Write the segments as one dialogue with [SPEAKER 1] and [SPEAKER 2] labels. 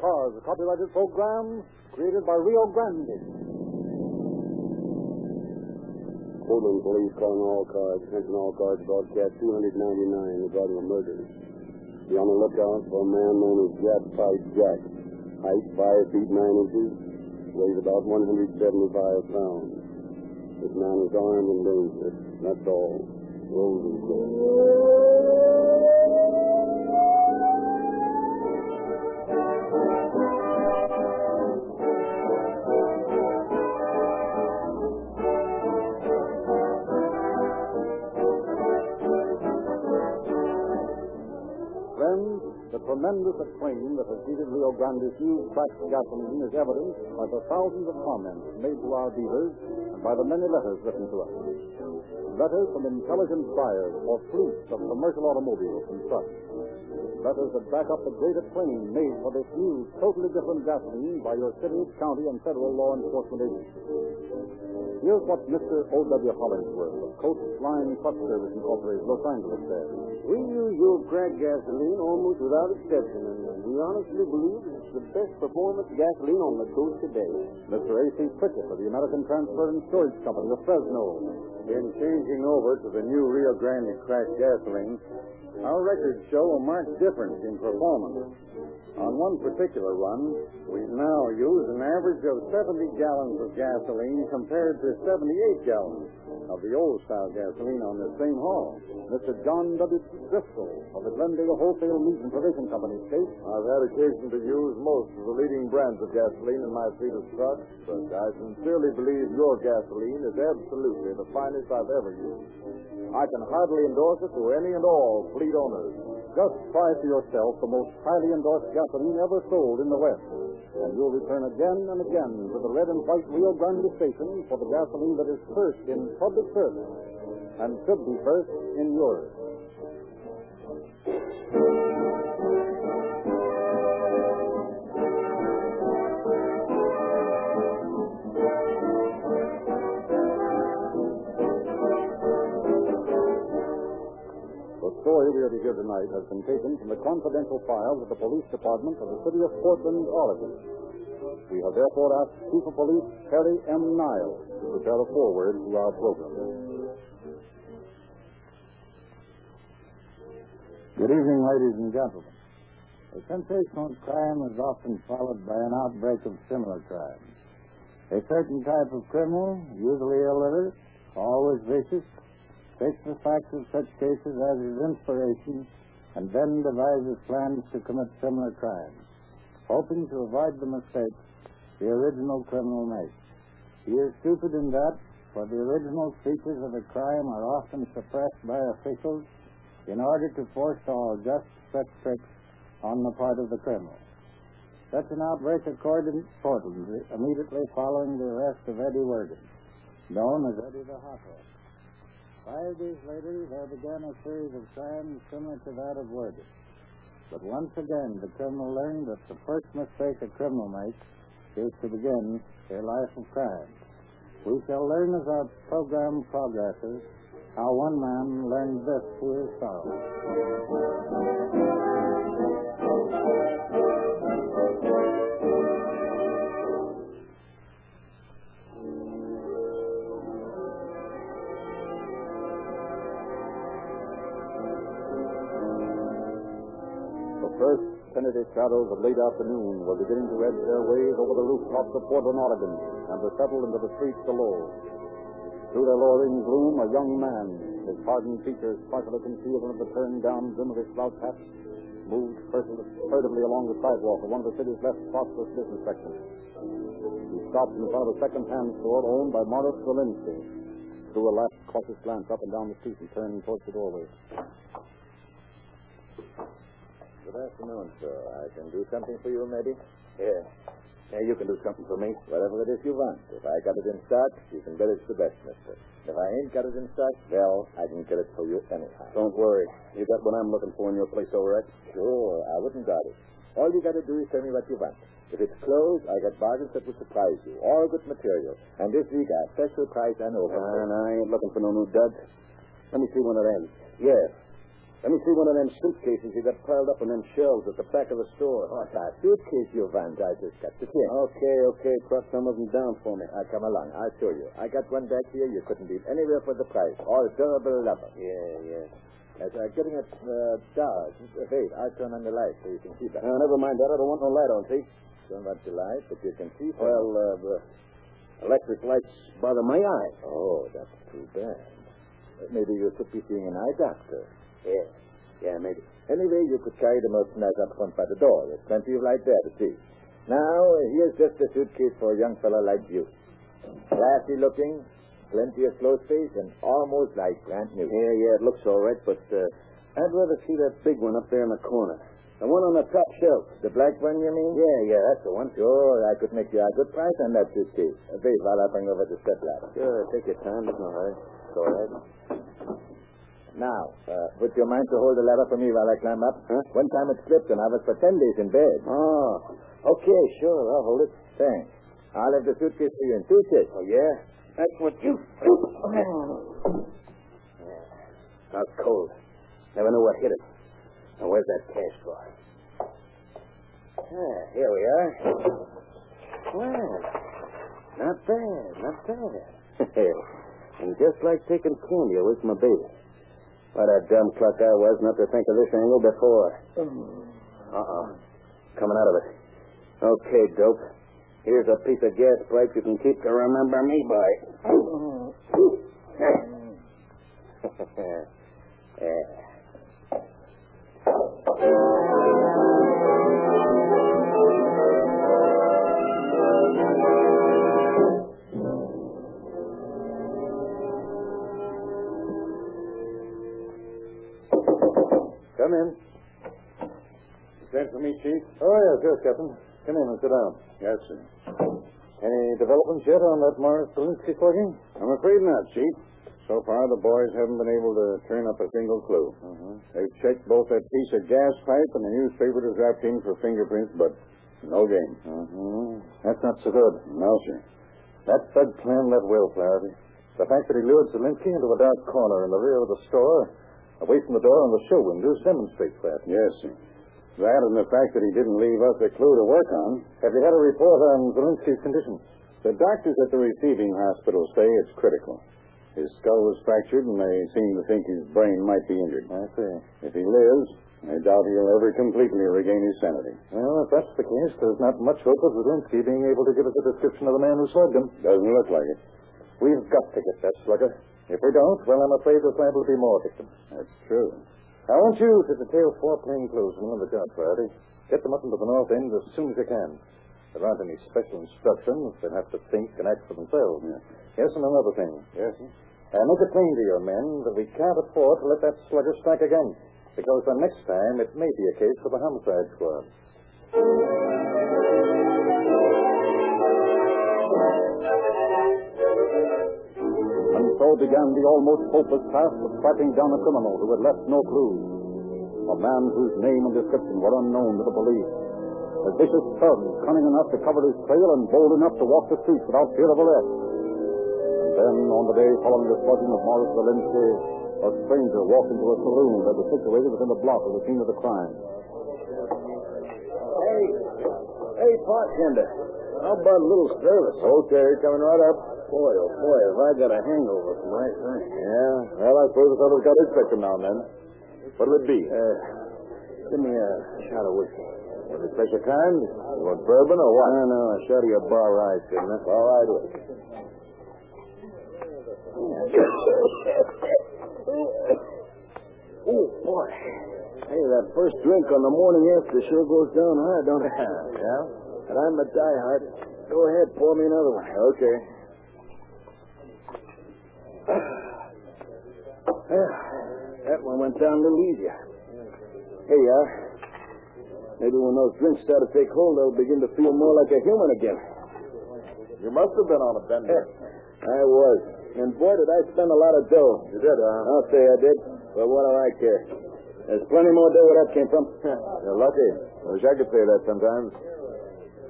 [SPEAKER 1] Paws, a copyrighted program created by Rio Grande.
[SPEAKER 2] Portland police calling all cars. Attention all cars. Broadcast 299 regarding a murder. Be on the lookout for a man known as Jack Pipe Jack. Height 5 feet 9 inches. Weighs about 175 pounds. This man is armed and dangerous. That's all. Roses there.
[SPEAKER 1] Friends, the tremendous acclaim that has greeted Rio Grande's huge cracked gasoline is evidenced by the thousands of comments made to our dealers and by the many letters written to us. Letters from intelligent buyers or fleets of commercial automobiles and such. Letters that back up the great acclaim made for this new, totally different gasoline by your city, county, and federal law enforcement agencies. Here's what Mr. O.W. Hollingsworth of Coastline Truck Service Incorporated, Los Angeles, says.
[SPEAKER 3] We use your crack gasoline almost without exception, and we honestly believe it's the best performance gasoline on the coast today.
[SPEAKER 1] Mr. A.C. Pritchett of the American Transfer and Storage Company of Fresno.
[SPEAKER 4] In changing over to the new Rio Grande cracked gasoline, our records show a marked difference in performance. On one particular run, we now use an average of 70 gallons of gasoline compared to 78 gallons of the old style gasoline on the same haul.
[SPEAKER 1] Mr. John W. Driscoll of the Glendale Wholesale Meat and Provision Company states,
[SPEAKER 4] I've had occasion to use most of the leading brands of gasoline in my fleet of trucks, but I sincerely believe your gasoline is absolutely the finest I've ever used. I can heartily endorse it to any and all fleet owners.
[SPEAKER 1] just try for yourself the most highly endorsed gasoline ever sold in the West, and you'll return again and again to the red and white Rio Grande station for the gasoline that is first in public service and should be first in yours. The story we are to hear tonight has been taken from the confidential files of the police department of the city of Portland, Oregon. We have therefore asked Chief of Police Harry M. Niles to prepare a foreword to our program.
[SPEAKER 5] Good evening, ladies and gentlemen. A sensational crime is often followed by an outbreak of similar crimes. A certain type of criminal, usually illiterate, always vicious, takes the facts of such cases as his inspiration and then devises plans to commit similar crimes, hoping to avoid the mistakes the original criminal makes. He is stupid in that, for the original features of a crime are often suppressed by officials in order to forestall just such tricks on the part of the criminal. Such an outbreak occurred in Portland immediately following the arrest of Eddie Worden, known as Eddie the Hothead. Five days later, there began a series of crimes similar to that of Worden. But once again, the criminal learned that the first mistake a criminal makes is to begin their life of crime. We shall learn as our program progresses how one man learned this to his sorrow.
[SPEAKER 1] The first tentative shadows of late afternoon were beginning to edge their ways over the rooftops of Portland, Oregon, and to settle into the streets below. Through the lowering gloom, a young man, his hardened features partially concealed under the turned down brim of his slouch hat, moved furtively furtively along the sidewalk of one of the city's less prosperous business sections. He stopped in front of a second hand store owned by Morris Galinsky. Threw a last cautious glance up and down the street and turned towards the doorway.
[SPEAKER 4] Good afternoon, sir. I can do something for you, maybe?
[SPEAKER 2] Yeah. Yeah, you can do something for me.
[SPEAKER 4] Whatever it is you want. If I got it in stock, you can bet it's the best, mister. If I ain't got it in stock, well, I can get it for you anyhow.
[SPEAKER 2] Don't worry. You got what I'm looking for in your place over at?
[SPEAKER 4] Sure, I wouldn't doubt it. All you gotta do is tell me what you want. If it's clothes, I got bargains that will surprise you. All good material. And this week I have special price on over.
[SPEAKER 2] Uh, no, I ain't looking for no new duds. Let me see one of them.
[SPEAKER 4] yes.
[SPEAKER 2] Let me see one of them suitcases you got piled up on them shelves at the back of the store.
[SPEAKER 1] Oh, it's a suitcase you want. I just got to see.
[SPEAKER 2] Okay, okay. Cross some of them down for me.
[SPEAKER 1] I come along. I'll show you. I got one back here you couldn't leave anywhere for the price. All durable rubber.
[SPEAKER 2] Yeah, yeah.
[SPEAKER 1] As I'm getting it uh, down. Wait, I'll turn on the light so you can see better.
[SPEAKER 2] Now, Uh, never mind that. I don't want no light on, see?
[SPEAKER 1] Don't want the light, but you can see better.
[SPEAKER 2] Well, uh, the electric lights bother my eyes.
[SPEAKER 1] Oh, that's too bad. But Maybe you should be seeing an eye doctor.
[SPEAKER 2] Yeah. Yeah, maybe.
[SPEAKER 1] Anyway, you could carry the merchandise up front by the door. There's plenty of light there to see. Now, here's just a suitcase for a young fellow like you. Classy looking, plenty of slow space, and almost like brand new.
[SPEAKER 2] Yeah, yeah, it looks all right, but uh, I'd rather see that big one up there in the corner. The one on the top shelf.
[SPEAKER 1] The black one, you mean?
[SPEAKER 2] Yeah, yeah, that's the one.
[SPEAKER 1] Sure, I could make you a good price on that suitcase. Uh, Wait while I bring over the step ladder.
[SPEAKER 2] Sure, take your time. There's no hurry.
[SPEAKER 1] Go ahead. Now, uh, would you mind to hold the ladder for me while I climb up?
[SPEAKER 2] Huh?
[SPEAKER 1] One time it slipped and I was for ten days in bed.
[SPEAKER 2] Oh, okay, sure. I'll hold it.
[SPEAKER 1] Thanks. I'll have the suitcase for you in two days.
[SPEAKER 2] Oh, yeah? That's what you. Oh, yeah. Sounds cold. Never know what hit it. Now, where's that cash drawer? Ah, here we are. Well, not bad, not bad. and just like taking candy away from a baby. What a dumb cluck I was not to think of this angle before. Uh-oh. Coming out of it. Okay, dope. Here's a piece of gas pipe you can keep to remember me by. yeah.
[SPEAKER 6] Come in. Sent for me, Chief?
[SPEAKER 2] Oh, yeah, sure, Captain. Come in and sit down.
[SPEAKER 6] Yes, sir.
[SPEAKER 2] Any developments yet on that Morris Polinsky slugging?
[SPEAKER 6] I'm afraid not, Chief. So far, the boys haven't been able to turn up a single clue.
[SPEAKER 2] Mm-hmm.
[SPEAKER 6] They've checked both that piece of gas pipe and the newspaper that's wrapped in for fingerprints, but no game.
[SPEAKER 2] Mm-hmm. That's not so good.
[SPEAKER 6] No, sir.
[SPEAKER 2] That thug planned that will, Flaherty. The fact that he lured Zelinsky into a dark corner in the rear of the store, away from the door and the show windows, demonstrates that.
[SPEAKER 6] Yes, sir. That and the fact that he didn't leave us a clue to work on.
[SPEAKER 2] Have you had a report on Zelinsky's condition?
[SPEAKER 6] The doctors at the receiving hospital say it's critical. His skull was fractured, and they seem to think his brain might be injured.
[SPEAKER 2] I see.
[SPEAKER 6] If he lives, I doubt he'll ever completely regain his sanity.
[SPEAKER 2] Well, if that's the case, there's not much hope of Zelinsky being able to give us a description of the man who slugged him.
[SPEAKER 6] Doesn't look like it.
[SPEAKER 2] We've got to get that slugger. If we don't, well, I'm afraid there's liable to be more victims.
[SPEAKER 6] That's true.
[SPEAKER 2] I want you to detail four plainclothesmen on the job, Faraday. Get them up into the north end as soon as you can. There aren't any special instructions. They'll have to think and act for themselves. Yes, and another thing.
[SPEAKER 6] Yes, sir.
[SPEAKER 2] Uh, make it plain to your men that we can't afford to let that slugger strike again. Because the next time, it may be a case for the homicide squad.
[SPEAKER 7] And so began the almost hopeless task of tracking down a criminal who had left no clues. A man whose name and description were unknown to the police. A vicious thug, cunning enough to cover his trail and bold enough to walk the streets without fear of arrest. And then, on the day following the slugging of Morris Valinsky, a stranger walked into a saloon that was situated within a block of the scene of the crime.
[SPEAKER 1] Hey, hey, bartender. How about a little service?
[SPEAKER 2] Okay, coming right up.
[SPEAKER 1] Boy, oh boy, have I got a hangover from last night.
[SPEAKER 2] Yeah, well, I suppose the fellow's got his spectrum now and then. What'll it be?
[SPEAKER 1] Uh, give me a shot of whiskey.
[SPEAKER 2] Any special kind? You want bourbon or what?
[SPEAKER 1] No, no, a shot of your bar rye, couldn't I?
[SPEAKER 2] All right, look.
[SPEAKER 1] Oh, boy. Hey, that first drink on the morning after sure goes down hard, don't it?
[SPEAKER 2] Yeah?
[SPEAKER 1] But I'm a diehard. Go ahead, pour me another one.
[SPEAKER 2] Okay.
[SPEAKER 1] Yeah, that one went down a little easier. Here you are. Maybe when those drinks start to take hold, I'll begin to feel more like a human again.
[SPEAKER 2] You must have been on a bender.
[SPEAKER 1] I was. And boy, did I spend a lot of dough.
[SPEAKER 2] You did, huh?
[SPEAKER 1] I'll say I did. But what do I care? There's plenty more dough where that came from.
[SPEAKER 2] You're lucky. I wish I could say that sometimes.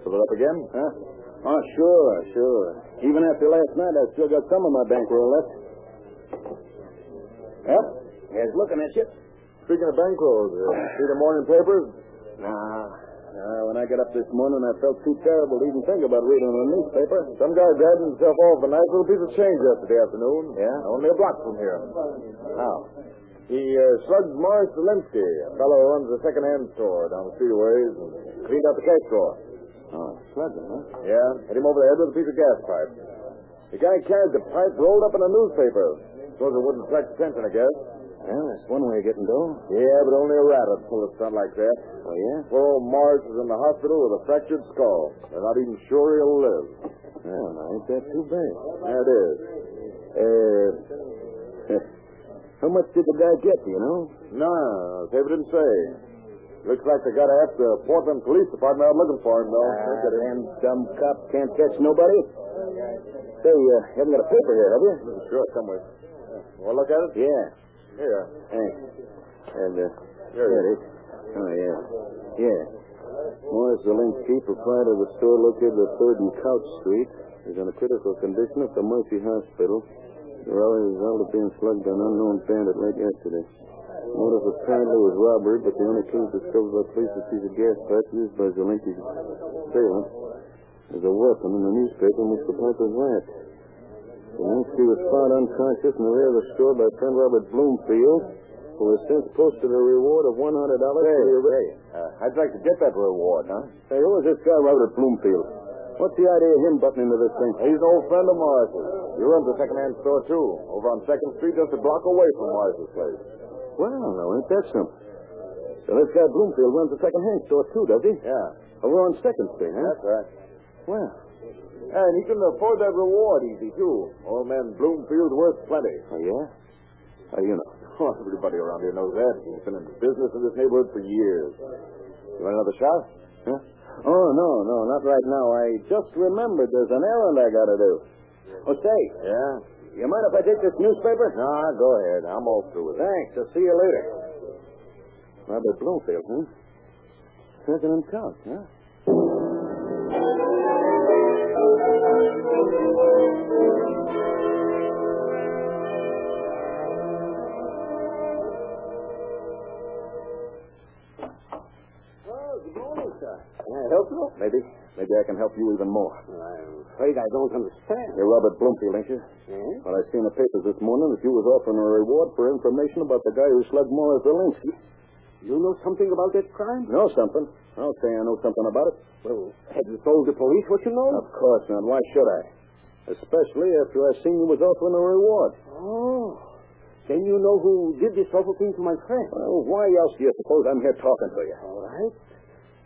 [SPEAKER 2] Fill it up again?
[SPEAKER 1] Huh? Oh, sure, sure. Even after last night, I still got some of my bankroll left. Yep. Here's looking at you.
[SPEAKER 8] Speaking of bankrolls, uh, see the morning papers?
[SPEAKER 1] Nah.
[SPEAKER 8] Uh, when I got up this morning, I felt too terrible to even think about reading a newspaper. Some guy grabbed himself off a nice little piece of change yesterday afternoon.
[SPEAKER 9] Yeah?
[SPEAKER 8] Only a block from here.
[SPEAKER 9] How?
[SPEAKER 8] He uh, slugged Morris Zelensky, a fellow who runs a second-hand store down the streetways, and cleaned out the cash drawer.
[SPEAKER 2] Oh, slugging, huh?
[SPEAKER 8] Yeah, hit him over the head with a piece of gas pipe. The guy carried the pipe rolled up in a newspaper. Suppose it wouldn't attract attention, I guess.
[SPEAKER 2] Well, that's one way of getting dough.
[SPEAKER 8] Yeah, but only a rat would pull a stunt like that.
[SPEAKER 2] Oh, yeah?
[SPEAKER 8] Poor old Morris is in the hospital with a fractured skull. They're not even sure he'll live.
[SPEAKER 2] Well, now, ain't that too bad?
[SPEAKER 8] There it is.
[SPEAKER 2] Uh, how much did the guy get, do you know?
[SPEAKER 8] No, they didn't say. Looks like they got to ask the Portland Police Department out looking for him, though. Look at him.
[SPEAKER 2] Ah, them dumb cop can't catch nobody. Say, uh, you haven't got a paper here, have you?
[SPEAKER 8] Sure, come with. Want to look at it?
[SPEAKER 2] Yeah.
[SPEAKER 8] Here.
[SPEAKER 2] Thanks. And, uh,
[SPEAKER 8] Here
[SPEAKER 2] there
[SPEAKER 8] it
[SPEAKER 2] it
[SPEAKER 8] is.
[SPEAKER 2] is. Oh, yeah. Yeah. Morris Zelinsky, proprietor of a store located at 3rd and Couch Street, is in a critical condition at the Murphy Hospital. Rather a result of being slugged by an unknown bandit late yesterday. Motive apparently was robbery, but the only clues discovered by police was a piece of gas pipe used by Zelinsky's assailant as a weapon in the newspaper in which the pipe was wrapped. Zelinsky was found unconscious in the rear of the store by friend Robert Bloomfield, who has since posted a reward of $100
[SPEAKER 8] Hey,
[SPEAKER 2] for the arrest.
[SPEAKER 8] hey, uh, I'd like to get that reward, huh?
[SPEAKER 2] Hey, who is this guy, Robert Bloomfield? What's the idea of him butting into this thing?
[SPEAKER 8] He's an old friend of Morris's. He runs a second-hand store, too, over on 2nd Street, just a block away from Morris's place.
[SPEAKER 2] Well, now, ain't that something? So this guy Bloomfield runs a second-hand store, too, does he?
[SPEAKER 8] Yeah,
[SPEAKER 2] Over on Second Street, huh?
[SPEAKER 8] that's right.
[SPEAKER 2] Well,
[SPEAKER 8] And he can afford that reward easy, too. Old man Bloomfield's worth plenty.
[SPEAKER 2] oh, yeah? How do you know?
[SPEAKER 8] Oh, everybody around here knows that. He's been in business in this neighborhood for years. You want another shot?
[SPEAKER 2] Huh? Oh, no, no, not right now. I just remembered there's an errand I gotta do. Oh, say,
[SPEAKER 8] Yeah?
[SPEAKER 2] you mind if I take this newspaper?
[SPEAKER 8] Nah, go ahead. I'm all through with it.
[SPEAKER 2] Thanks. I'll see you later. Robert Bloomfield, huh? Second and count, huh?
[SPEAKER 1] Oh, good morning, sir.
[SPEAKER 2] Can I help you? Maybe. Maybe I can help you even more.
[SPEAKER 1] I'm afraid I don't understand.
[SPEAKER 2] You're Robert Bloomfield, ain't you?
[SPEAKER 1] Eh?
[SPEAKER 2] Well, I seen the papers this morning that you was offering a reward for information about the guy who slugged Morris Zelinsky.
[SPEAKER 1] You know something about that crime?
[SPEAKER 2] Know something? I'll say I know something about it.
[SPEAKER 1] Well, have you told the police what you
[SPEAKER 2] Of course not. Why should I? Especially after I seen you was offering a reward.
[SPEAKER 1] Oh. Then you know who did this awful thing to my friend.
[SPEAKER 2] Well, why else do you suppose I'm here talking to you?
[SPEAKER 1] All right.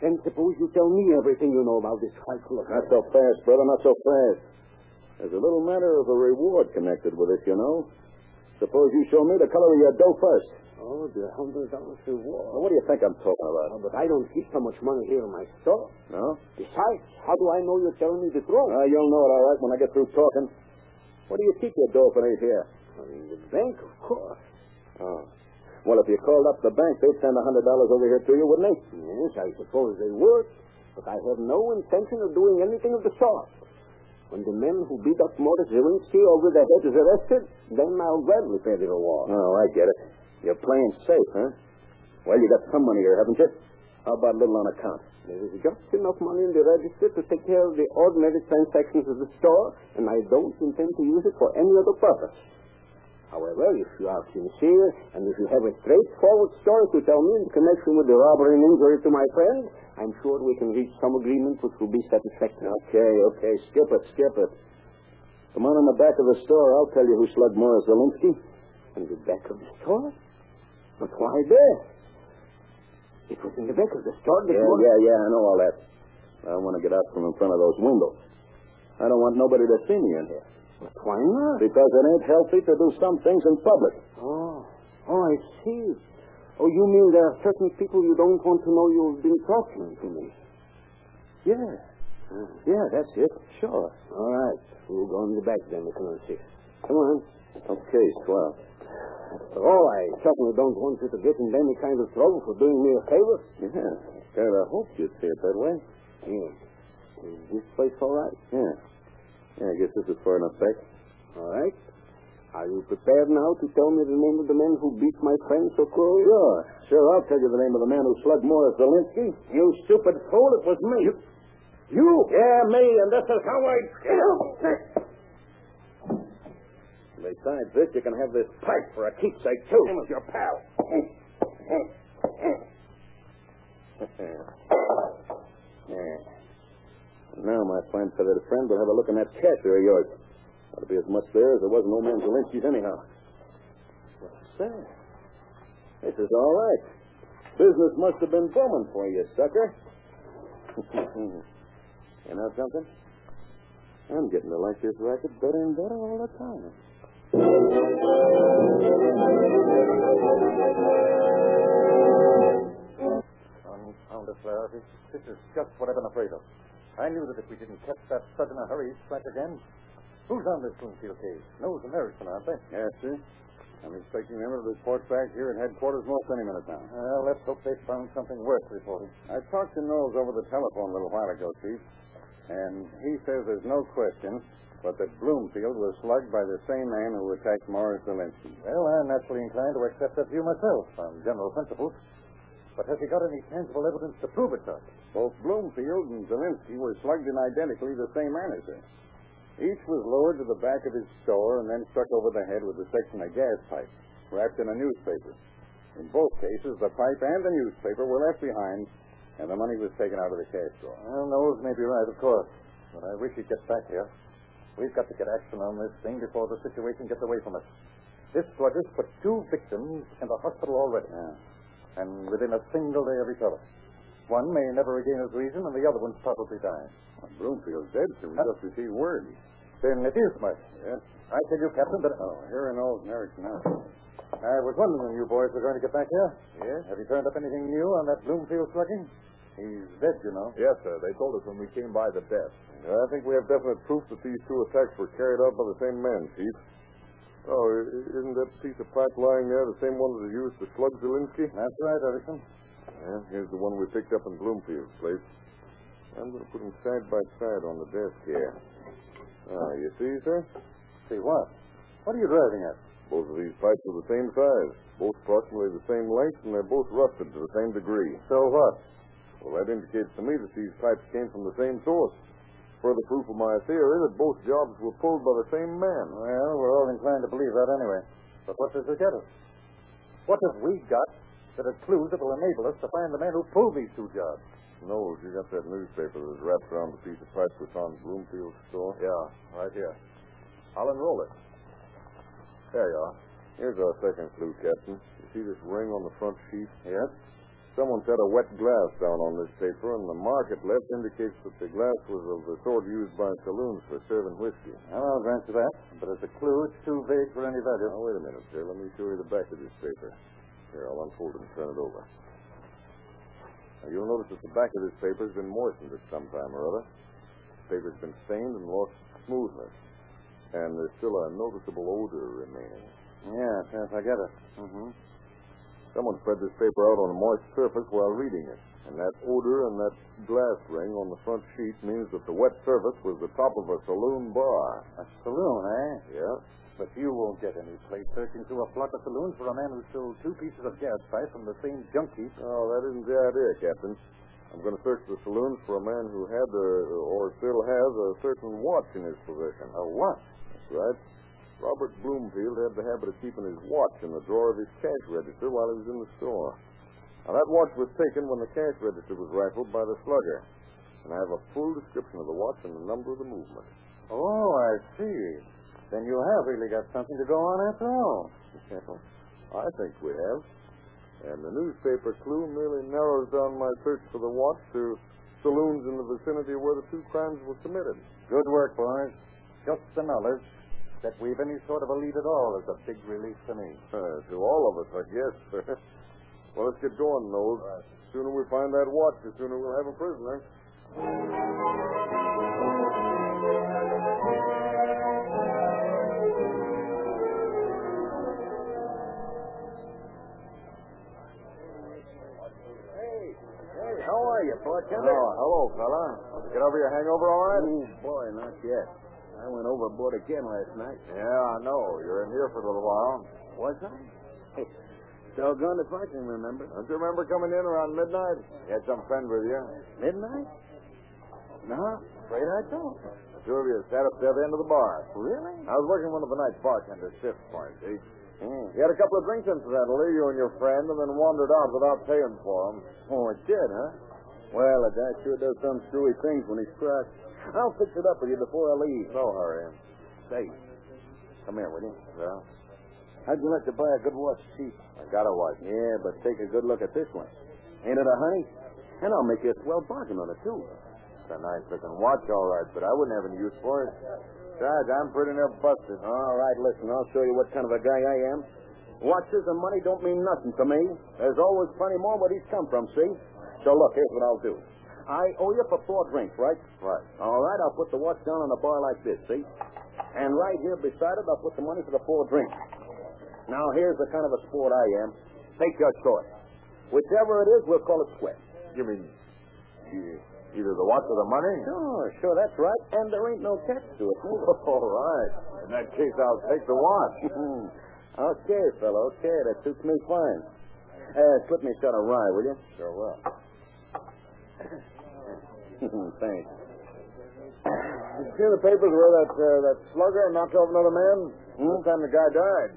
[SPEAKER 1] Then suppose you tell me everything you know about this white look.
[SPEAKER 2] Not so fast, brother, not so fast. There's a little matter of a reward connected with this, you know. Suppose you show me the color of your dough first.
[SPEAKER 1] Oh, the hundred dollars
[SPEAKER 2] Well,
[SPEAKER 1] reward.
[SPEAKER 2] what do you think I'm talking
[SPEAKER 1] Oh,
[SPEAKER 2] about?
[SPEAKER 1] but I don't keep so much money here in my store.
[SPEAKER 2] No?
[SPEAKER 1] Besides, how do I know you're telling me the truth?
[SPEAKER 2] Uh, you'll know it all right when I get through talking. What do you keep your dough for these here?
[SPEAKER 1] In the bank, of course.
[SPEAKER 2] Oh. Well, if you called up the bank, they'd send a hundred dollars over here to you, wouldn't they?
[SPEAKER 1] Yes, I suppose they would. But I have no intention of doing anything of the sort. When the men who beat up Morris Zelinsky over the head is arrested, then I'll gladly pay the reward.
[SPEAKER 2] Oh, I get it. You're playing safe, huh? Well, you got some money here, haven't you? How about a little on account?
[SPEAKER 1] There is just enough money in the register to take care of the ordinary transactions of the store, and I don't intend to use it for any other purpose. However, if you are sincere, and if you have a straightforward story to tell me in connection with the robbery and injury to my friend, I'm sure we can reach some agreement which will be satisfactory.
[SPEAKER 2] Okay, okay. Skip it, skip it. Come on in the back of the store. I'll tell you who slugged Morris Zelinsky.
[SPEAKER 1] In the back of the store? But why there? It was in the back of the store this
[SPEAKER 2] Yeah,
[SPEAKER 1] morning.
[SPEAKER 2] yeah, yeah. I know all that. I want to get out from in front of those windows. I don't want nobody to see me in here
[SPEAKER 1] But why not?
[SPEAKER 2] because it ain't healthy to do some things in public.
[SPEAKER 1] Oh, oh, I see. Oh, you mean there are certain people you don't want to know you've been talking to me? Ah.
[SPEAKER 2] Yeah. Yeah, that's it. Sure.
[SPEAKER 1] All right. We'll go in the back then, Mackenzie. Come on.
[SPEAKER 2] Okay, swell.
[SPEAKER 1] After all, I certainly don't want you to get into any kind of trouble for doing me a favor.
[SPEAKER 2] Yeah. Kind of hoped you'd see it that way.
[SPEAKER 1] Yes. Is this place all right?
[SPEAKER 2] Yeah. Yeah, I guess this is far enough back.
[SPEAKER 1] All right.
[SPEAKER 10] Are you prepared now to tell me the name of the men who beat my friend so cruelly?
[SPEAKER 2] Sure. Sure, I'll tell you the name of the man who slugged Morris Zelinsky.
[SPEAKER 11] You stupid fool, it was me. You? you? Yeah, me, and this is how I...
[SPEAKER 2] Besides this, you can have this
[SPEAKER 11] Pipe for a keepsake, too. Him as your pal.
[SPEAKER 2] Yeah. Now, my fine feathered friend, we'll have a look in that cache of yours. Ought to be as much there as there was in old man Zelinsky's anyhow. Well, say, this is all right. Business must have been booming for you, sucker. you know something? I'm getting to like this racket better and better all the time.
[SPEAKER 1] Confound us, Larry. This is just what I've been afraid of. I knew that if we didn't catch that stud in a hurry, he'd strike again. Who's on this Bloomfield case? Knows American, aren't they?
[SPEAKER 2] Yes, sir.
[SPEAKER 1] I'm expecting them to report back here at headquarters most any minute now. Well, let's hope they found something worth reporting. I talked to Knowles over the telephone a little while ago, Chief, and he says there's no question but that Bloomfield was slugged by the same man who attacked Morris Zelinsky. Well, I'm naturally inclined to accept that view myself on general principles. But has he got any tangible evidence to prove it, Doc? Both Bloomfield and Zelinsky were slugged in identically the same manner, sir. Each was lowered to the back of his store and then struck over the head with a section of gas pipe, wrapped in a newspaper. In both cases, the pipe and the newspaper were left behind, and the money was taken out of the cash drawer. Well, Knowles may be right, of course. But I wish he'd get back here. We've got to get action on this thing before the situation gets away from us. This slugger's put two victims in the hospital already. And within a single day of each other. One may never regain his reason, and the other one's probably dying.
[SPEAKER 2] Bloomfield's dead, sir.
[SPEAKER 1] We just
[SPEAKER 2] received word.
[SPEAKER 1] Then it is murder. Yes. I tell you, Captain, that. Oh, here in old Merrick now. I was wondering when you boys were going to get back here.
[SPEAKER 2] Yes?
[SPEAKER 1] Have you turned up anything new on that Bloomfield slugging? He's dead, you know.
[SPEAKER 2] Yes, sir. They told us when we came by the death. I think we have definite proof that these two attacks were carried out by the same man, Chief. Oh, isn't that piece of pipe lying there the same one that was used to slug Zelinsky?
[SPEAKER 1] That's right, Edison.
[SPEAKER 2] Yeah, here's the one we picked up in Bloomfield's place. I'm going to put them side by side on the desk here. Ah, you see, sir?
[SPEAKER 1] See what? What are you driving at?
[SPEAKER 2] Both of these pipes are the same size, both approximately the same length, and they're both rusted to the same degree.
[SPEAKER 1] So what?
[SPEAKER 2] Well, that indicates to me that these pipes came from the same source. Further proof of my theory that both jobs were pulled by the same man.
[SPEAKER 1] Well, we're all inclined to believe that anyway. But what does it get us? What have we got that are clues that will enable us to find the man who pulled these two jobs?
[SPEAKER 2] No, you got that newspaper that was wrapped around the piece of pipe that's on Bloomfield's store? Yeah, right here. I'll enroll it. There you are. Here's our second clue, Captain. You see this ring on the front sheet?
[SPEAKER 1] Yes?
[SPEAKER 2] Someone set a wet glass down on this paper, and the mark it left indicates that the glass was of the sort used by saloons for serving whiskey.
[SPEAKER 1] Well, I'll grant you that. But as a clue, it's too vague for any value.
[SPEAKER 2] Now, wait a minute, sir. Let me show you the back of this paper. Here, I'll unfold it and turn it over. Now, you'll notice that the back of this paper has been moistened at some time or other. The paper's been stained and lost its smoothness. And there's still a noticeable odor remaining.
[SPEAKER 1] Yes, yes, I get it. Mm-hmm.
[SPEAKER 2] Someone spread this paper out on a moist surface while reading it. And that odor and that glass ring on the front sheet means that the wet surface was the top of a saloon bar.
[SPEAKER 1] A saloon, eh?
[SPEAKER 2] Yeah?
[SPEAKER 1] But you won't get any place searching through a flock of saloons for a man who stole two pieces of gas pipe from the same junkie.
[SPEAKER 2] Oh, that isn't the idea, Captain. I'm going to search the saloons for a man who had a, or still has a certain watch in his possession.
[SPEAKER 1] A what?
[SPEAKER 2] That's right. Robert Bloomfield had the habit of keeping his watch in the drawer of his cash register while he was in the store. Now, that watch was taken when the cash register was rifled by the slugger. And I have a full description of the watch and the number of the movement.
[SPEAKER 1] Oh, I see. Then you have really got something to go on after all.
[SPEAKER 2] I think we have. And the newspaper clue merely narrows down my search for the watch to saloons in the vicinity where the two crimes were committed.
[SPEAKER 1] Good work, boys. Just the knowledge that we've any sort of a lead at all is a big relief to me.
[SPEAKER 2] Uh, to all of us, I guess, sir. Well, let's get going, Knowles. The sooner we find that watch, the sooner we'll have a prisoner.
[SPEAKER 11] Hey, how are you, bartender?
[SPEAKER 1] Oh,
[SPEAKER 2] hello, fella. Get over your hangover all right?
[SPEAKER 11] boy, not yet.
[SPEAKER 12] I went overboard again last night.
[SPEAKER 2] Yeah, I know. You're in here for a little while.
[SPEAKER 12] Was I? Doggone if I can remember.
[SPEAKER 2] Don't you remember coming in around midnight? You had some friend with you.
[SPEAKER 12] Midnight? No, afraid I don't.
[SPEAKER 2] The two of you sat up there at the end of the bar.
[SPEAKER 12] Really?
[SPEAKER 2] I was working one of the night bartender's shift points, see?
[SPEAKER 12] Yeah.
[SPEAKER 2] You had a couple of drinks, incidentally, you and your friend, and then wandered out without paying for them.
[SPEAKER 12] Oh, it did, huh? Well, a guy sure does some screwy things when he's crushed. I'll fix it up with you before I leave.
[SPEAKER 2] No hurry.
[SPEAKER 12] Say, come here, will you?
[SPEAKER 2] Yeah?
[SPEAKER 12] How'd you like to buy a good watch cheap?
[SPEAKER 2] I got a wife.
[SPEAKER 12] Yeah, but take a good look at this one. Ain't it a honey? And I'll make you a swell bargain on it, too.
[SPEAKER 2] It's a nice looking watch, all right, but I wouldn't have any use for it. Besides, I'm pretty near busted.
[SPEAKER 12] All right, listen, I'll show you what kind of a guy I am. Watches and money don't mean nothing to me. There's always plenty more where these come from, see? So look, here's what I'll do. I owe you for four drinks, right?
[SPEAKER 2] Right.
[SPEAKER 12] All right, I'll put the watch down on a bar like this, see? And right here beside it, I'll put the money for the four drinks. Now, here's the kind of a sport I am. Take your choice. Whichever it is, we'll call it quits.
[SPEAKER 2] You mean e- either the watch or the money?
[SPEAKER 12] Sure, sure, that's right. And there ain't no catch to it, neither.
[SPEAKER 2] All right. In that case, I'll take the watch.
[SPEAKER 12] okay, fellow. Okay, that suits me fine. Uh, slip me a shot of rye, will you?
[SPEAKER 2] Sure will.
[SPEAKER 12] Thanks.
[SPEAKER 2] You see the papers where that uh, that slugger knocked off another man?
[SPEAKER 12] Hmm?
[SPEAKER 2] This time the guy died.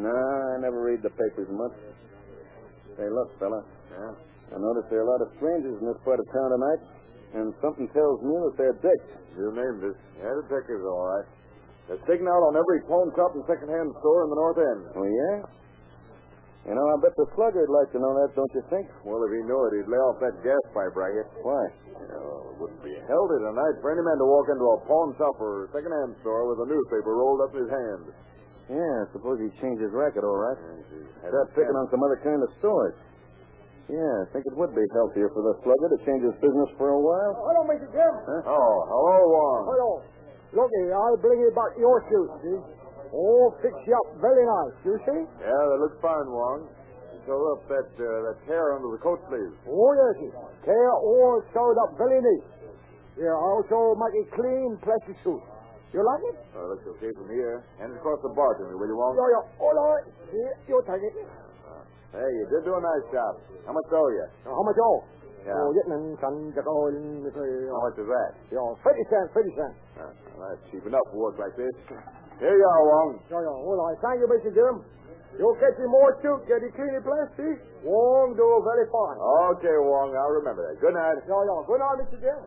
[SPEAKER 12] No, I never read the papers much. Say, look, fella. I
[SPEAKER 2] Yeah.
[SPEAKER 12] notice there are a lot of strangers in this part of town tonight, and something tells me that they're dicks.
[SPEAKER 2] You named it. Yeah, detectives, all right. They're sticking out on every pawn shop and second-hand store in the North End.
[SPEAKER 12] Oh, yeah? You know, I bet the slugger'd like to know that, don't you think?
[SPEAKER 2] Well, if he knew it, he'd lay off that gas pipe right here.
[SPEAKER 12] Why?
[SPEAKER 2] Well, it wouldn't be healthy tonight for any man to walk into a pawn shop or second-hand store with a newspaper rolled up in his hand.
[SPEAKER 12] Yeah, I suppose he changed his racket, all right.
[SPEAKER 2] Had
[SPEAKER 12] Start picking on some other kind of stores. Yeah, I think it would be healthier for the slugger to change his business for a while.
[SPEAKER 1] Hello, Mr. Jim.
[SPEAKER 2] Oh, hello, Juan.
[SPEAKER 1] Hello. Looky, I'll bring you back your shoes, see? Oh, fix you up very nice, you see?
[SPEAKER 2] Yeah, they look fine, Juan. Show up that uh, that tear under the coat sleeve.
[SPEAKER 1] Oh, yes, sir. Hair all sewed up very neat. Yeah, also make a clean plastic suit. You like it?
[SPEAKER 2] Uh, looks okay from here. Hand it across the bar to me, will you, Juan?
[SPEAKER 1] Oh, Yeah, yeah. All right. Here, you take it.
[SPEAKER 2] Hey, you did do a nice job. How much owe you?
[SPEAKER 1] How much all?
[SPEAKER 2] Yeah.
[SPEAKER 1] Oh, getting can get all in with
[SPEAKER 2] How
[SPEAKER 1] uh,
[SPEAKER 2] much is that?
[SPEAKER 1] yeah, 30 cents, 30 cents.
[SPEAKER 2] Uh, well, that's cheap enough for work like this. Here you are, Wong.
[SPEAKER 1] Yeah, yeah. All right. Thank you, Mr. Jim. You'll catch him more too. Get it clean and plastic. Warm, do very fine.
[SPEAKER 2] Okay, Wong, I'll remember that. Good night.
[SPEAKER 1] Yeah, yeah. Good night, Mr. Jim.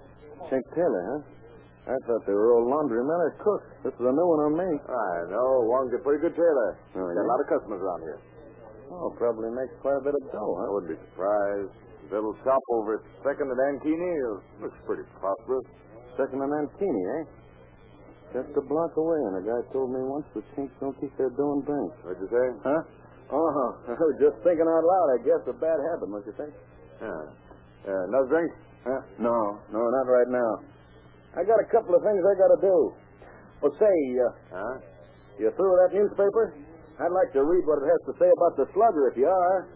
[SPEAKER 12] Chink Taylor, huh? I thought they were all laundry men or cooks. This is a new one on me.
[SPEAKER 2] I know. Wong's a pretty good tailor.
[SPEAKER 12] Oh,
[SPEAKER 2] Got
[SPEAKER 12] yeah?
[SPEAKER 2] a lot of customers around here.
[SPEAKER 12] Oh, probably makes quite a bit of dough,
[SPEAKER 2] I
[SPEAKER 12] huh?
[SPEAKER 2] wouldn't be surprised. The little shop over at Second and Ankini looks pretty prosperous.
[SPEAKER 12] Second and Mankini, eh? Just a block away, and a guy told me once the chinks don't keep their dough in bank.
[SPEAKER 2] What'd you say?
[SPEAKER 12] Huh? Oh, I was just thinking out loud. I guess a bad habit, don't you think?
[SPEAKER 2] Yeah. Uh, another drink?
[SPEAKER 12] Huh? No, no, not right now. I got a couple of things I got to do. Well, say, uh,
[SPEAKER 2] Huh?
[SPEAKER 12] you through with that newspaper? I'd like to read what it has to say about the slugger, if you are.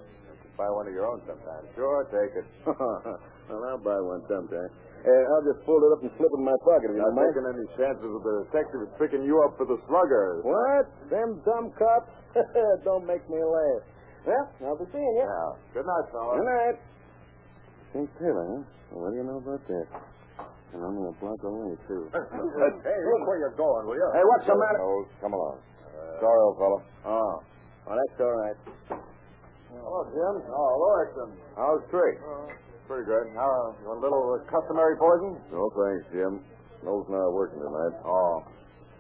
[SPEAKER 2] Buy one of your own sometime. Sure, take it.
[SPEAKER 12] well, I'll buy one sometime. Uh, I'll just fold it up and slip it in my pocket, if you
[SPEAKER 2] Not
[SPEAKER 12] don't mind.
[SPEAKER 2] taking any chances with the detective is picking you up for the slugger.
[SPEAKER 12] What? Them dumb cops? don't make me laugh. Well, I'll be seeing you.
[SPEAKER 2] Yeah. Good night, fella.
[SPEAKER 12] Good night. St. Taylor, huh? Well, what do you know about that? And only a block away, too.
[SPEAKER 2] hey, look where you're going, will you?
[SPEAKER 12] Hey, what's the matter?
[SPEAKER 13] Oh,
[SPEAKER 2] Nose, come along. Sorry, old fellow.
[SPEAKER 12] Oh. Well, that's all right.
[SPEAKER 2] Hello, Jim. Oh, hello, Exxon.
[SPEAKER 12] How's Trick?
[SPEAKER 2] Pretty good. How, you want a little uh, customary poison?
[SPEAKER 13] No thanks, Jim. Noel's not working tonight.
[SPEAKER 2] Oh,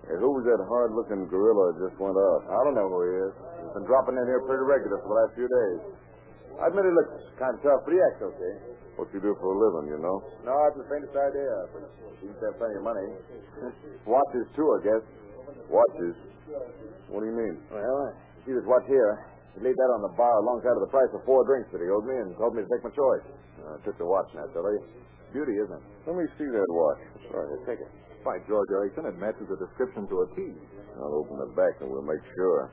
[SPEAKER 13] Hey, who was that hard-looking gorilla that just went up?
[SPEAKER 2] I don't know who he is. He's been dropping in here pretty regular for the last few days. I admit he looks kind of tough, but he acts okay.
[SPEAKER 13] What you do for a living, you know?
[SPEAKER 2] No, I haven't the faintest idea, but he seems to have plenty of money. Watches, too, I guess.
[SPEAKER 13] Watches. What do you mean?
[SPEAKER 2] Well, I see this watch here. He laid that on the bar alongside of the price of four drinks that he owed me and told me to take my choice. Uh, I took the watch, naturally. Beauty, isn't it?
[SPEAKER 13] Let me see that watch.
[SPEAKER 2] Sure, just take it. By George Erickson, it matches the description to a T.
[SPEAKER 13] I'll open it back and we'll make sure.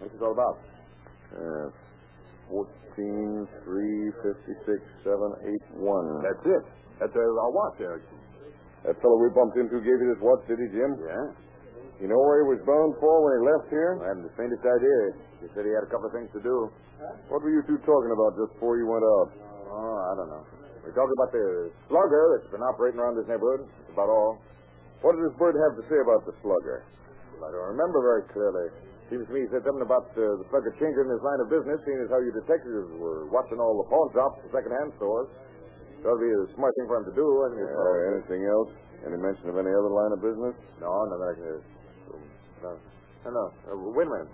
[SPEAKER 2] What's it all about?
[SPEAKER 13] Uh, 14, 3, 56, 7, 8, 1.
[SPEAKER 2] That's it. That's a, a uh, watch, Erickson.
[SPEAKER 1] Uh-huh. That fellow we bumped into gave you this watch, did he, Jim?
[SPEAKER 2] Yeah?
[SPEAKER 1] You know where he was bound for when he left here?
[SPEAKER 2] I haven't the faintest idea. He said he had a couple of things to do.
[SPEAKER 1] What were you two talking about just before you went out?
[SPEAKER 2] Oh, I don't know. We're talking about the slugger that's been operating around this neighborhood. That's about all.
[SPEAKER 1] What did this bird have to say about the slugger?
[SPEAKER 2] Well, I don't remember very clearly. Seems to me he said something about uh, the slugger changing his line of business, seeing as how you detectives were watching all the pawn shops and secondhand stores. That would be a smart thing for him to do, I think.
[SPEAKER 1] Uh, anything else? Any mention of any other line of business?
[SPEAKER 2] No, no, that I can. No, no, no. Uh, wait a minute.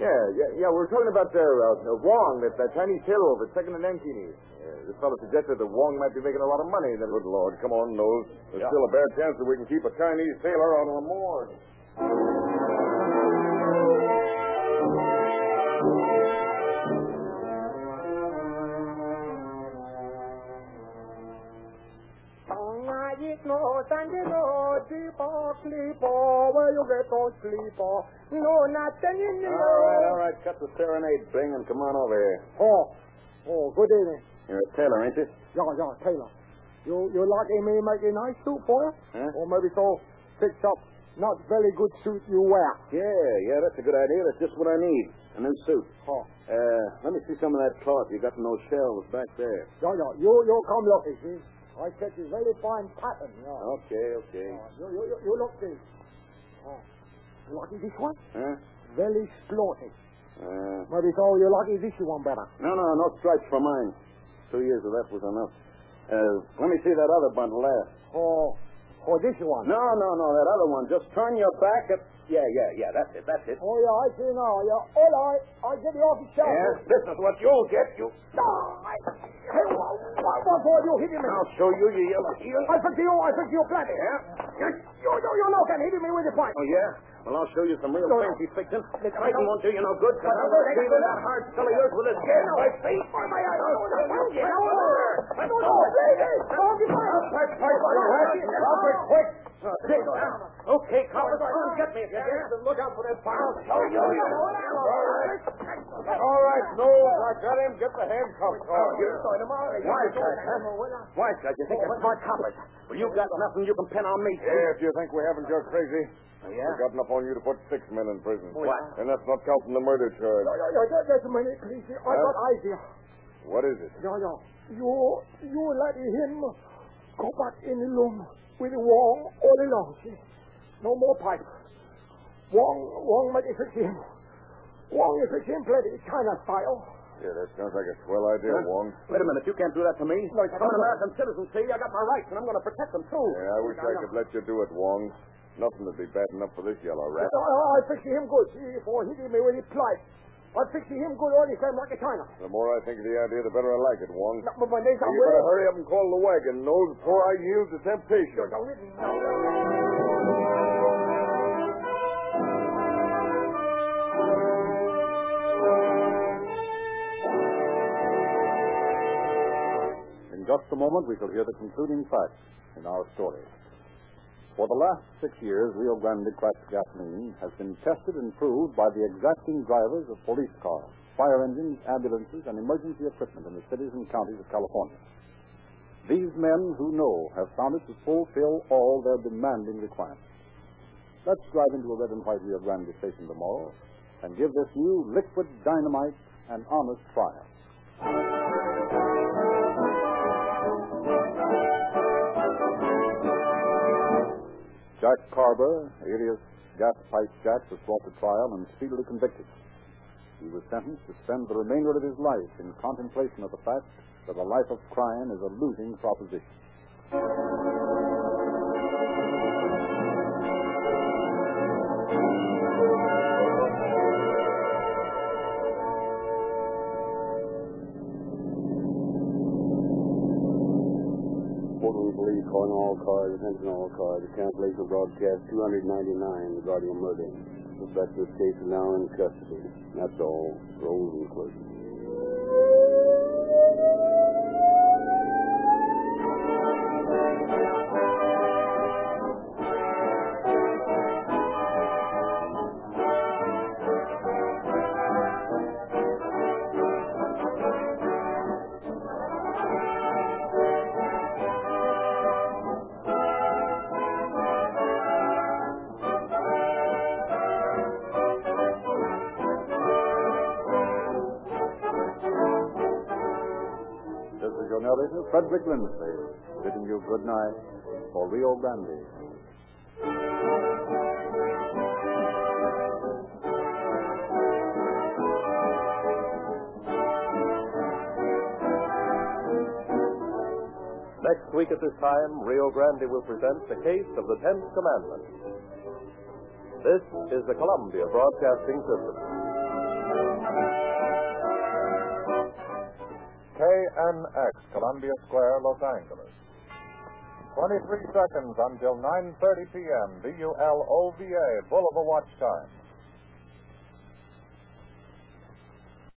[SPEAKER 2] Yeah, yeah, yeah. We're talking about uh, uh, Wong, that, that Chinese tailor over at Second and Nankini. Uh, this fellow suggested that Wong might be making a lot of money. That
[SPEAKER 1] Good Lord, come on, Nose. There's still a bare chance that we can keep a Chinese sailor out on the mooring.
[SPEAKER 14] No, thank you, no, deep or sleep or where you get on sleep or no, nothing in the
[SPEAKER 2] All right, all right. Cut the serenade, Bing, and come on over here.
[SPEAKER 15] Oh, oh, good evening.
[SPEAKER 2] You're a tailor, ain't you?
[SPEAKER 15] Yeah, yeah, Taylor. You you like me making nice suit for you?
[SPEAKER 2] Huh?
[SPEAKER 15] Or maybe so fix up not very good suit you wear.
[SPEAKER 2] Yeah, yeah. That's a good idea. That's just what I need. A new suit.
[SPEAKER 15] Oh,
[SPEAKER 2] Uh, let me see some of that cloth you got in those shelves back there.
[SPEAKER 15] yeah, yeah. You you come look, you see. I catch a very fine pattern. Yeah.
[SPEAKER 2] Okay, okay.
[SPEAKER 15] Oh, you, you, you, you look this. Oh, you like this one?
[SPEAKER 2] Huh?
[SPEAKER 15] Very slaughtered.
[SPEAKER 2] Uh,
[SPEAKER 15] Maybe so you like this one better.
[SPEAKER 2] no, no, no stripes for mine. Two years of that was enough. Uh, let me see that other bundle there.
[SPEAKER 15] Oh, oh, this one.
[SPEAKER 2] No, no, no, that other one. Just turn your back at. Yeah, yeah, yeah. That's it. That's it.
[SPEAKER 15] Oh, yeah, I see now. Yeah. All right. I'll get you off the shelf.
[SPEAKER 2] Yes, this is what you'll get. You.
[SPEAKER 15] Die. Hey, wha- wha- what for you hitting me?
[SPEAKER 2] I'll show you. You yellow heel.
[SPEAKER 15] I think you, I think you plenty.
[SPEAKER 2] Yeah.
[SPEAKER 15] You, you, you look and hitting me with your pipe.
[SPEAKER 2] Oh yeah. Well, I'll show you some real fancy fiction. Fighting won't do you no good. Cause
[SPEAKER 15] But
[SPEAKER 2] I'm
[SPEAKER 15] I'm
[SPEAKER 2] going to that hard fellow of yours with his gun. I see.
[SPEAKER 15] Oh, my God. Oh, my God.
[SPEAKER 2] Get
[SPEAKER 15] Oh,
[SPEAKER 2] over there.
[SPEAKER 15] my God. Oh, lady. Oh, get my-
[SPEAKER 2] quick. Okay, Collins, come on, get me. Look out for that fire. All right, no, uh, I got him. Get the handcuffs on.
[SPEAKER 15] Oh,
[SPEAKER 2] Why, Scott, you think that's smart coppers? Well, you've got nothing you can pin on me. Oh,
[SPEAKER 1] Yeah, if you think we haven't, you're crazy. We've
[SPEAKER 2] Yeah?
[SPEAKER 1] got enough on you to put six men in prison.
[SPEAKER 2] What?
[SPEAKER 1] And that's not counting the murder charge.
[SPEAKER 15] Yo, yo, yo, ju- just a minute, please. I
[SPEAKER 1] Huh?
[SPEAKER 15] got idea.
[SPEAKER 1] What is it?
[SPEAKER 15] Yo, yo, you, you let him go back in the room with Wong all along. See? No more pipe. Wong, Wong make it fix him. Wong is fix him plenty China style.
[SPEAKER 1] Yeah, that sounds like a swell idea,
[SPEAKER 2] Huh?
[SPEAKER 1] Wong.
[SPEAKER 2] Wait a minute, you can't do that to me. I'm an American citizen, see? I got my rights, and I'm going to protect them, too.
[SPEAKER 1] Yeah, I wish I could let you do it, Wong. Nothing would be bad enough for this yellow
[SPEAKER 15] I,
[SPEAKER 1] rat.
[SPEAKER 15] I fix him good. See, before he give me with his pipe. I fix him good all the time like a China.
[SPEAKER 1] The more I think of the idea, the better I like it, Wong.
[SPEAKER 15] Not my days, I'm
[SPEAKER 1] You better hurry up and call the wagon, Nose, before I yield to temptation.
[SPEAKER 16] In just a moment, we shall hear the concluding facts in our story. For the last six years, Rio Grande cracked gasoline has been tested and proved by the exacting drivers of police cars, fire engines, ambulances, and emergency equipment in the cities and counties of California. These men who know have found it to fulfill all their demanding requirements. Let's drive into a red and white Rio Grande station tomorrow and give this new liquid dynamite an honest trial. Jack Carver, alias Gas Pipe Jack, was brought to trial and speedily convicted. He was sentenced to spend the remainder of his life in contemplation of the fact that a life of crime is a losing proposition.
[SPEAKER 10] Portland Police calling all cars, attention all cars. Cancellation of broadcast 299 regarding a murder. Suspect this case is now in custody. That's all. Rosenquist.
[SPEAKER 17] Frederick Lindsay, bidding you good night for Rio Grande.
[SPEAKER 18] Next week at this time, Rio Grande will present the case of the Tenth Commandment. This is the Columbia Broadcasting System.
[SPEAKER 2] KNX, Columbia Square, Los Angeles. 23 seconds until 9.30 p.m., BULOVA, Boulevard Watch Time.